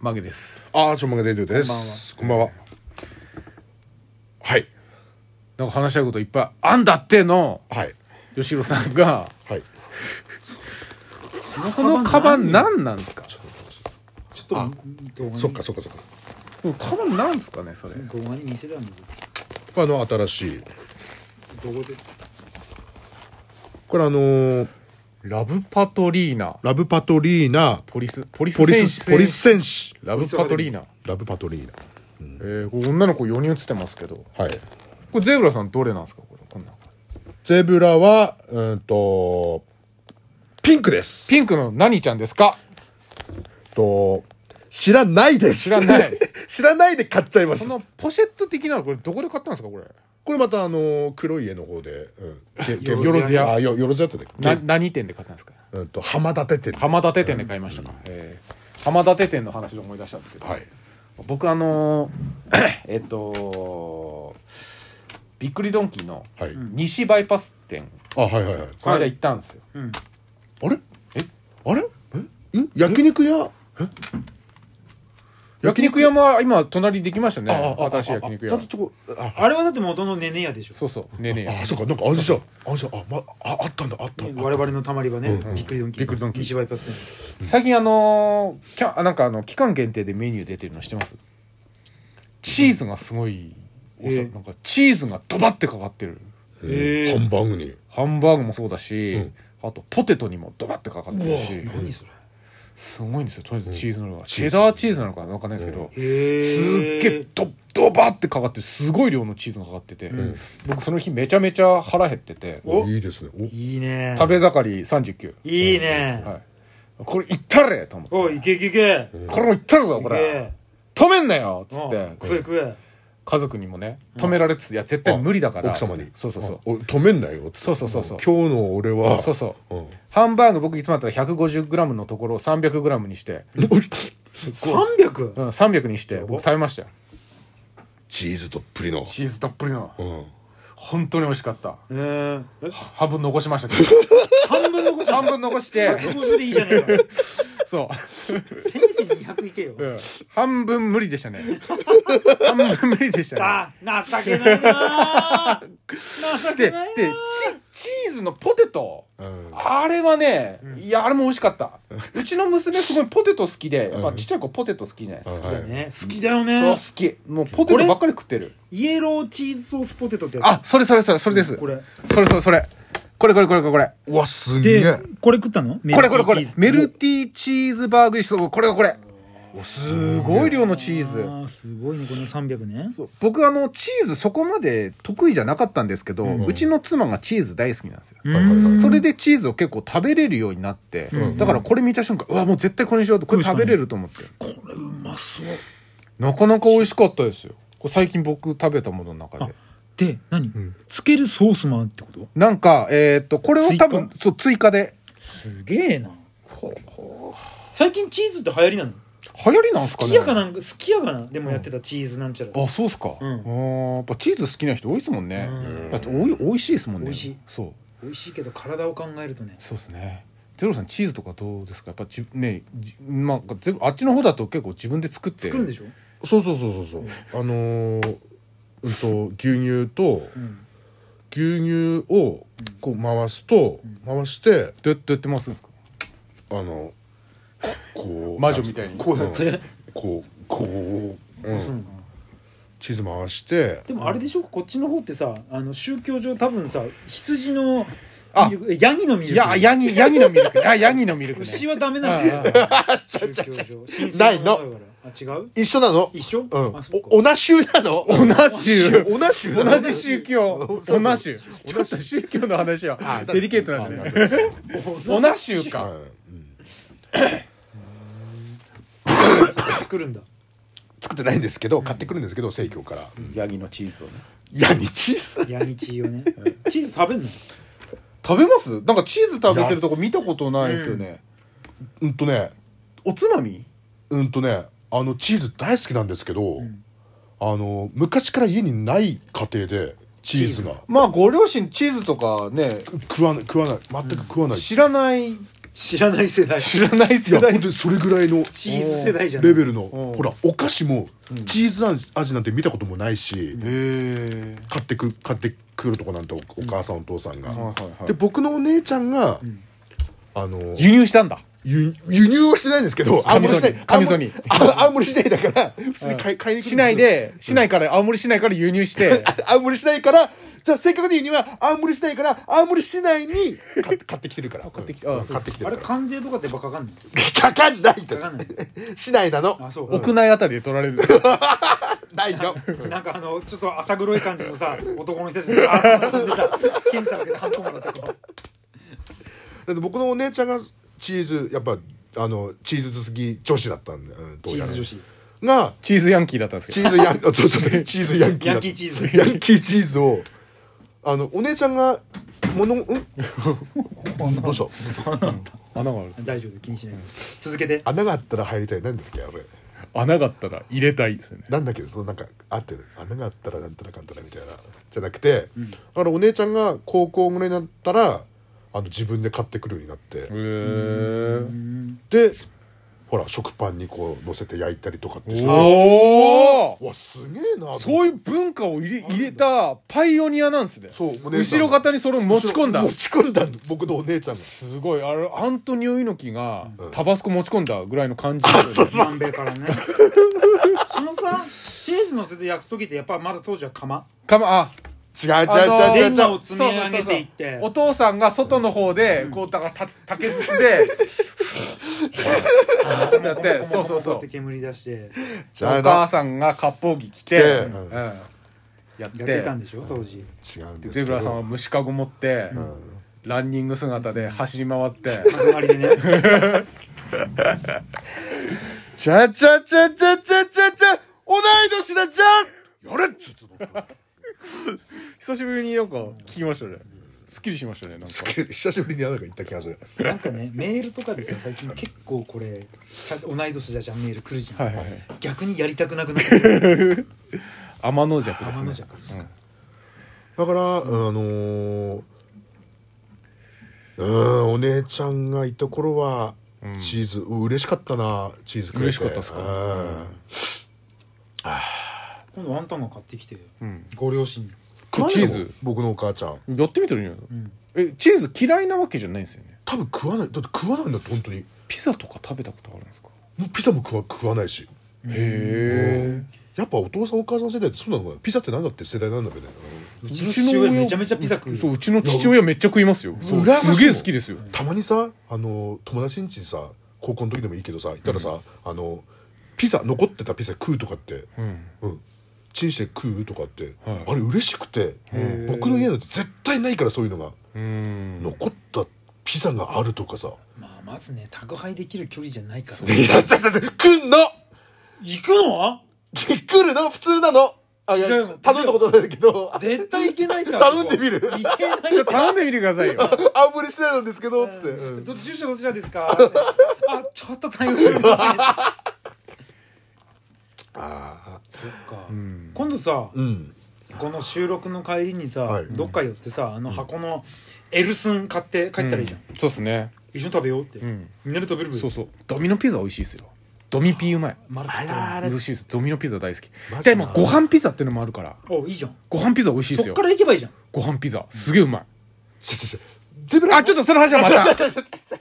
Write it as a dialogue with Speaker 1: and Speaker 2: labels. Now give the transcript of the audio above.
Speaker 1: マゲです
Speaker 2: あーちょんまげレディオですこんばんははい
Speaker 1: なんか話したいこといっぱいあんだっての
Speaker 2: はい
Speaker 1: 吉弘さんが
Speaker 2: はい
Speaker 1: このカバン何なんですか
Speaker 3: ちょっと
Speaker 2: あ
Speaker 3: 動画に
Speaker 2: そっかそっかそっか
Speaker 1: このカバンなんですかねそれ
Speaker 3: 動画に見せるの
Speaker 2: これあの新しい
Speaker 3: どこで
Speaker 2: これあのー
Speaker 1: ラブパトリーナ
Speaker 2: ラブパトリーナ
Speaker 1: ポリスポリス
Speaker 2: ポリ
Speaker 1: 戦
Speaker 2: ス
Speaker 1: 士
Speaker 2: ポリス戦士
Speaker 1: ラブパトリーナ
Speaker 2: ラブパトリーナ
Speaker 1: えー、これ女の子4人写ってますけど
Speaker 2: はい
Speaker 1: これゼブラさんどれなんですかこれこんなん
Speaker 2: ゼブラはうーんとピンクです
Speaker 1: ピンクの何ちゃんですか
Speaker 2: と知らないです
Speaker 1: 知らない
Speaker 2: 知らないで買っちゃいま
Speaker 1: こ
Speaker 2: す
Speaker 1: のポシェット的なのこれどこで買ったんですかこれ
Speaker 2: これまたあのー黒い絵の方で、うん、げ
Speaker 1: よろずや
Speaker 2: あよよろずやってたっけ
Speaker 1: な何店で買ったんですか
Speaker 2: うんと浜立ててる
Speaker 1: 浜立店で買いましたか、えー浜立店の話で思い出したんですけど、
Speaker 2: はい
Speaker 1: 僕あのー えっとびっくりドンキーの
Speaker 2: はい、
Speaker 1: 西バイパス店
Speaker 2: あはいはいはい
Speaker 1: この間行ったんですよ、
Speaker 3: うん
Speaker 2: あれ
Speaker 1: え
Speaker 2: あれん焼肉屋
Speaker 1: 焼肉屋も今隣できましたね
Speaker 2: あああ
Speaker 1: 新しい焼肉屋
Speaker 2: ああちゃんとそこあ
Speaker 3: あれはだって元のねねやでしょ
Speaker 1: そうそうねえねえ
Speaker 2: ああそうかなんかあれじゃんあれじゃんあ,、まああったんだあった
Speaker 3: ね
Speaker 2: んだ
Speaker 3: 我々のたまり場ね
Speaker 2: うん
Speaker 3: びっくりドンキー
Speaker 1: びっくりドンキー
Speaker 3: 西バイパスね
Speaker 1: 最近あのーキャンあなんかあの期間限定でメニュー出てるの知ってますチーズがすごい、
Speaker 3: えー
Speaker 1: なんかチーズがドバってかかってる
Speaker 2: ええ
Speaker 3: へえ
Speaker 2: ハンバーグに
Speaker 1: ハンバーグもそうだし、
Speaker 2: うん
Speaker 1: あとポテトにもドバってかかってるし
Speaker 3: 何それ
Speaker 1: すごいんですよとりあえずチーズの量がチェダーチーズなのかなわかんないですけど、すっ
Speaker 3: へ
Speaker 1: げえドドバってかかってるすごい量のチーズがかかってて、
Speaker 3: ん
Speaker 1: 僕その日めちゃめちゃ腹減ってて
Speaker 3: お
Speaker 2: いいですねお
Speaker 3: いいね
Speaker 1: 食べ盛り39、
Speaker 3: いいね
Speaker 1: はい、これいったれと思って
Speaker 3: おいいけいけいけ
Speaker 1: これもいったるぞ
Speaker 3: い
Speaker 1: これ
Speaker 3: け
Speaker 1: 止めんなよっつ
Speaker 3: う
Speaker 1: っ
Speaker 3: ん
Speaker 1: て
Speaker 3: 食え食え
Speaker 1: 家族にもね止められつついや絶対無理だから
Speaker 2: 奥様に
Speaker 1: そうそうそう
Speaker 2: あお止めんなよって
Speaker 1: そうそうそうそう
Speaker 2: 今日の俺は
Speaker 1: そうそう
Speaker 2: うん
Speaker 1: ハンバーグ僕いつもだったら 150g のところを 300g にして、
Speaker 3: 300
Speaker 1: うん、300にして僕食べましたよ
Speaker 2: チーズとっぷりの
Speaker 1: チーズたっぷりの
Speaker 2: うん
Speaker 1: 本当に美味しかった
Speaker 3: えーえ
Speaker 1: 半分残しました けど
Speaker 3: 半分残し
Speaker 1: 半分残して
Speaker 3: 150でいいじゃねえか
Speaker 1: そう
Speaker 3: せめて200いけよ
Speaker 1: うん半分無理でした ね半分無理でしたね
Speaker 3: あ情けない なー情
Speaker 1: で
Speaker 3: け
Speaker 1: で
Speaker 3: ないなー
Speaker 1: チチーズのポテト
Speaker 2: うん
Speaker 1: あれはね、いやあれも美味しかったうちの娘すごいポテト好きで、
Speaker 2: うん
Speaker 1: まあ、ちっちゃい子ポテト好きじゃないですか、
Speaker 3: 好きだ
Speaker 2: はい
Speaker 3: ね好きだよ
Speaker 1: そう
Speaker 3: ね
Speaker 1: 好きもうポテトばっかり食ってる
Speaker 3: イエローチーズソースポテトってやつ
Speaker 1: あそれそれそれそれです
Speaker 3: これ
Speaker 1: それそれそれこれこれこれこれこれ
Speaker 2: うわすげえ
Speaker 3: でこれ食ったの
Speaker 1: これこれこれメル
Speaker 3: テ
Speaker 1: ティーチーズバーグリそうこれこれ
Speaker 2: す
Speaker 1: すごい量のチーズ
Speaker 3: あーすごいねこの300ね
Speaker 1: そう僕あのチーズそこまで得意じゃなかったんですけど、う
Speaker 2: うん
Speaker 1: ちの妻がチーズ大好きなんですよ、
Speaker 3: う
Speaker 2: はいはいは
Speaker 3: ーん
Speaker 1: それでチーズを結構食べれるようになって、
Speaker 3: うん
Speaker 1: だからこれ見た瞬間うわもう絶対これにしようとこれ食べれると思って
Speaker 3: これうまそう
Speaker 1: なかなか美味しかったですよこれ最近僕食べたものの中で
Speaker 3: で何
Speaker 2: ん
Speaker 3: つけるソースもあるってこと
Speaker 1: なんかえーっとこれを多分そう追加です
Speaker 3: げえな最近チーズって流行りなの
Speaker 1: 流行りなんす
Speaker 3: 好
Speaker 1: かね
Speaker 3: きやかなんか好きやかなでもやってたチーズなんちゃら
Speaker 1: あそうっすか、
Speaker 3: うん
Speaker 1: あーやっぱチーズ好きな人多いですもんね、
Speaker 3: うん
Speaker 1: だっておい美味しいですもんね
Speaker 3: 美味しい
Speaker 1: そう
Speaker 3: 美味しいけど体を考えるとね
Speaker 1: そうですねゼロさんチーズとかどうですかやっぱじねじまあ全部あっちの方だと結構自分で作って
Speaker 3: 作るんでしょ
Speaker 2: そうそうそうそうそうあのーうんと牛乳と
Speaker 3: うん
Speaker 2: 牛乳をこう回すと回して
Speaker 1: どうやどうやって回すんですか
Speaker 2: あのこう
Speaker 1: 魔女みたいに
Speaker 2: こうやってこうこう、う、
Speaker 3: そうん
Speaker 2: チーズ回して
Speaker 3: でもあれでしょこっちの方ってさあの宗教上多分さ羊の
Speaker 1: あ
Speaker 3: ミルクえヤギのミルク
Speaker 1: いやヤギヤギのミルクねあヤギのミルクね
Speaker 3: 牛はダメな
Speaker 1: あ
Speaker 3: んだよ
Speaker 1: あああ
Speaker 3: 宗教上神聖
Speaker 2: ないの
Speaker 3: ものだからあ違う
Speaker 2: 一緒なの
Speaker 3: 一緒
Speaker 2: うん
Speaker 3: あそっか
Speaker 2: おなしゅうなの
Speaker 1: 同じ種
Speaker 2: おなしゅう
Speaker 1: 同じ宗教
Speaker 2: そうそう
Speaker 1: 同じ種ちょっと宗教の話はデリケートなんでね
Speaker 2: でね
Speaker 1: 同じ種か
Speaker 3: 作るんだ
Speaker 2: 作ってないんですけど買ってくるんですけど生協から
Speaker 1: ヤギのチーズをね
Speaker 2: ヤギチーズ
Speaker 3: ヤギチーをねチーズ食べんの
Speaker 1: 食べますなんかチーズ食べてるとこ見たことないですよね
Speaker 2: うんとね
Speaker 1: おつまみ
Speaker 2: うんとねあのチーズ大好きなんですけど、あの昔から家にない家庭でチーズが
Speaker 1: まあご両親チーズとかね
Speaker 2: 食わない食わない全く食わない、
Speaker 1: 知らない
Speaker 3: 知らない世代
Speaker 1: 知らない
Speaker 2: いや
Speaker 1: 世代
Speaker 2: 本当にそれぐらいの
Speaker 3: チーズ世代じゃない
Speaker 2: レベルの
Speaker 1: うん
Speaker 2: ほらお菓子も
Speaker 1: うん
Speaker 2: チーズ味なんて見たこともないし
Speaker 1: え
Speaker 2: 買ってく買ってくるとこなんておお母さんお父さんが
Speaker 1: はいはいはい
Speaker 2: で僕のお姉ちゃんが
Speaker 3: ん
Speaker 2: あの
Speaker 1: 輸入したんだ
Speaker 2: 輸輸入はしてないんですけど
Speaker 1: カミソリカ
Speaker 2: 青森
Speaker 1: ミソリ
Speaker 2: 青森あ青森市内だから普通に買い買いに来るんすけど
Speaker 1: 市内で市内から青森市内から輸入して
Speaker 2: 青森市内からじゃあせっかくで言うには青森市内から青森市内に買って買ってきてるから買
Speaker 1: ってきて
Speaker 2: て
Speaker 1: あそう
Speaker 2: 買ってきて
Speaker 3: あ
Speaker 2: る
Speaker 3: れ
Speaker 2: か
Speaker 3: 関税とかってばっかかんない
Speaker 2: ら かかんないって
Speaker 3: かかんない
Speaker 2: 市内なの
Speaker 3: あそう
Speaker 1: 屋内あたりで取られる
Speaker 2: ないよ
Speaker 3: なんかあのちょっと浅黒い感じのさ男の人たちがあーってさ検査受けてハンコもらったとか
Speaker 2: だって僕のお姉ちゃんがチーズやっぱあのチーズ好き女子だったんで、うん、ど
Speaker 3: チ
Speaker 2: うや
Speaker 3: ー
Speaker 2: ら
Speaker 3: ズ女子
Speaker 2: が
Speaker 1: チーズヤンキーだったんです
Speaker 2: チ
Speaker 1: け
Speaker 2: ーズ ヤンそうそうそうチーズヤンキーだ
Speaker 3: ヤンキーチーズ
Speaker 2: ヤンキーチーズをあのお姉ちゃんがものんどうした
Speaker 1: ど穴がある
Speaker 3: 大丈夫気にしないで続けて
Speaker 2: 穴があったら入りたいなんだっけあれ
Speaker 1: 穴があったら入れたいですよね
Speaker 2: なんだっけそのなんかあって穴があったらなんたらかんたらみたいなじゃなくて、だからお姉ちゃんが高校ぐらいになったらあの自分で買ってくるようになって、
Speaker 1: へえ
Speaker 2: でほら食パンにこう乗せて焼いたりとかってして
Speaker 1: おお
Speaker 2: うわすげえなと思って
Speaker 1: そういう文化を入れ入れたパイオニアなんですね
Speaker 2: そうお姉さ
Speaker 1: 後
Speaker 2: ん
Speaker 1: ろ方にそれを持ち込んだ
Speaker 2: 持ち込んだ僕のお姉ちゃんが
Speaker 1: すごいあれアントニオ猪木が
Speaker 2: うん
Speaker 1: タバスコ持ち込んだぐらいの感じ
Speaker 2: そうそう
Speaker 3: 南米からねそのさチーズ乗せて焼く時ってやっぱまだ当時は釜
Speaker 1: かまあ
Speaker 2: 違う
Speaker 1: あの
Speaker 2: 違う違う違う
Speaker 3: レン
Speaker 2: 違
Speaker 3: ガ
Speaker 2: う
Speaker 3: を積み上げていって
Speaker 1: お父さんが外の方でこうだからた竹筒で
Speaker 3: や
Speaker 1: やってそうそうそう
Speaker 3: って煙出して
Speaker 2: じ
Speaker 1: お
Speaker 2: ゃあ
Speaker 1: 母
Speaker 2: な
Speaker 1: さんが割烹着着
Speaker 2: 着て
Speaker 1: て
Speaker 2: うん
Speaker 1: うんやっ
Speaker 3: やって
Speaker 1: て
Speaker 3: たんでしょ当時
Speaker 2: 違うんです
Speaker 1: ゼ
Speaker 2: け
Speaker 1: ブ
Speaker 2: ど
Speaker 1: ラさんは虫かご持って
Speaker 2: うん
Speaker 1: ランニング姿で走り回って
Speaker 3: 幕張でね
Speaker 2: ちゃちゃちゃちゃちゃちゃちゃ同い年だじゃんやれっつって
Speaker 1: 久しぶりになんか聞きましたねすっきりしましたねなんか
Speaker 2: 久しぶりになんか言った気がする
Speaker 3: なんかねメールとかでさ最近結構これちゃんと同い年だじゃんメール来るじゃん、
Speaker 1: はいはいはい
Speaker 3: 逆にやりたくなくなる
Speaker 1: 天の弱
Speaker 3: 天の
Speaker 1: ですね
Speaker 3: 弱ですか、
Speaker 2: だから、あのーうんお姉ちゃんがいた頃は、
Speaker 1: うん
Speaker 2: チーズうん嬉しかったなチーズくれ
Speaker 1: 嬉し
Speaker 2: て
Speaker 1: かったっすか
Speaker 2: うん
Speaker 3: 今度あんたが買ってきて
Speaker 1: うん
Speaker 3: ご両親に
Speaker 2: 食わない
Speaker 1: チ
Speaker 2: の
Speaker 1: ーズ
Speaker 2: 僕のお母ちゃん
Speaker 1: やってみてるんじゃない
Speaker 3: うん
Speaker 1: えチーズ嫌いなわけじゃないんですよね
Speaker 2: 多分食わないだって食わないんだって本当に
Speaker 1: ピザとか食べたことあるんですか
Speaker 2: もうピザも食わ食わないし
Speaker 1: へ
Speaker 2: やっぱお父さんお母さん世代ってそうなのかなピザってなんだって世代なんだけどね
Speaker 3: うちの父親めちゃめちゃピザ食う
Speaker 1: え
Speaker 3: よ
Speaker 1: そううちの父親めっちゃ食いますよ
Speaker 2: そう羨ましいもん
Speaker 1: すげえ好きですよ
Speaker 2: たまにさあの友達ん家にさ高校の時でもいいけどさ行ったらさ、あのピザ残ってたピザ食うとかって
Speaker 1: うん
Speaker 2: うん、チンして食うとかって、
Speaker 1: はい
Speaker 2: あれ嬉しくて
Speaker 3: へー
Speaker 2: 僕の家なんて絶対ないからそういうのが、
Speaker 1: うん
Speaker 2: 残ったピザがあるとかさ「
Speaker 3: まあまずね宅配できる距離じゃないから
Speaker 2: いやちゃちゃちゃ来んの
Speaker 3: 行くの
Speaker 2: 来るの普通なのあいや
Speaker 3: 違う
Speaker 2: 頼んだことないけどあ
Speaker 3: 絶対行けないから
Speaker 2: 頼んでみる
Speaker 3: 行けない
Speaker 1: ちょっと頼んでみてくださいよ
Speaker 2: あんまりしないんですけど」つって、うん
Speaker 3: ど住所どちらですかあちょっと対応してみま
Speaker 2: 啊ああ
Speaker 3: すそっか、
Speaker 1: うん
Speaker 3: 今度さ
Speaker 2: うん
Speaker 3: この収録の帰りにさ、
Speaker 2: はい
Speaker 3: どっか寄ってさあの箱のエルスン買って帰ったらいいじゃん、
Speaker 1: うんそうっすね
Speaker 3: 一緒に食べようって、
Speaker 1: うん
Speaker 3: みんなで食べるべ
Speaker 1: そうそうドミノピザ美味しいですよドミピーうまい
Speaker 3: まだ食って
Speaker 2: あ
Speaker 3: な
Speaker 2: ら
Speaker 3: い
Speaker 1: 美味しいですドミノピザ大好き
Speaker 2: マジ
Speaker 1: でまあご飯ピザっていうのもあるから
Speaker 3: おいいじゃん
Speaker 1: ご飯ピザ美味しいです
Speaker 3: そっ
Speaker 1: よ
Speaker 3: から行けばいいじゃん
Speaker 1: ご飯ピザすげえうまい
Speaker 2: ちょちょちょゼブラ
Speaker 1: あちょっとその話はまた
Speaker 2: ちょちょちょちょ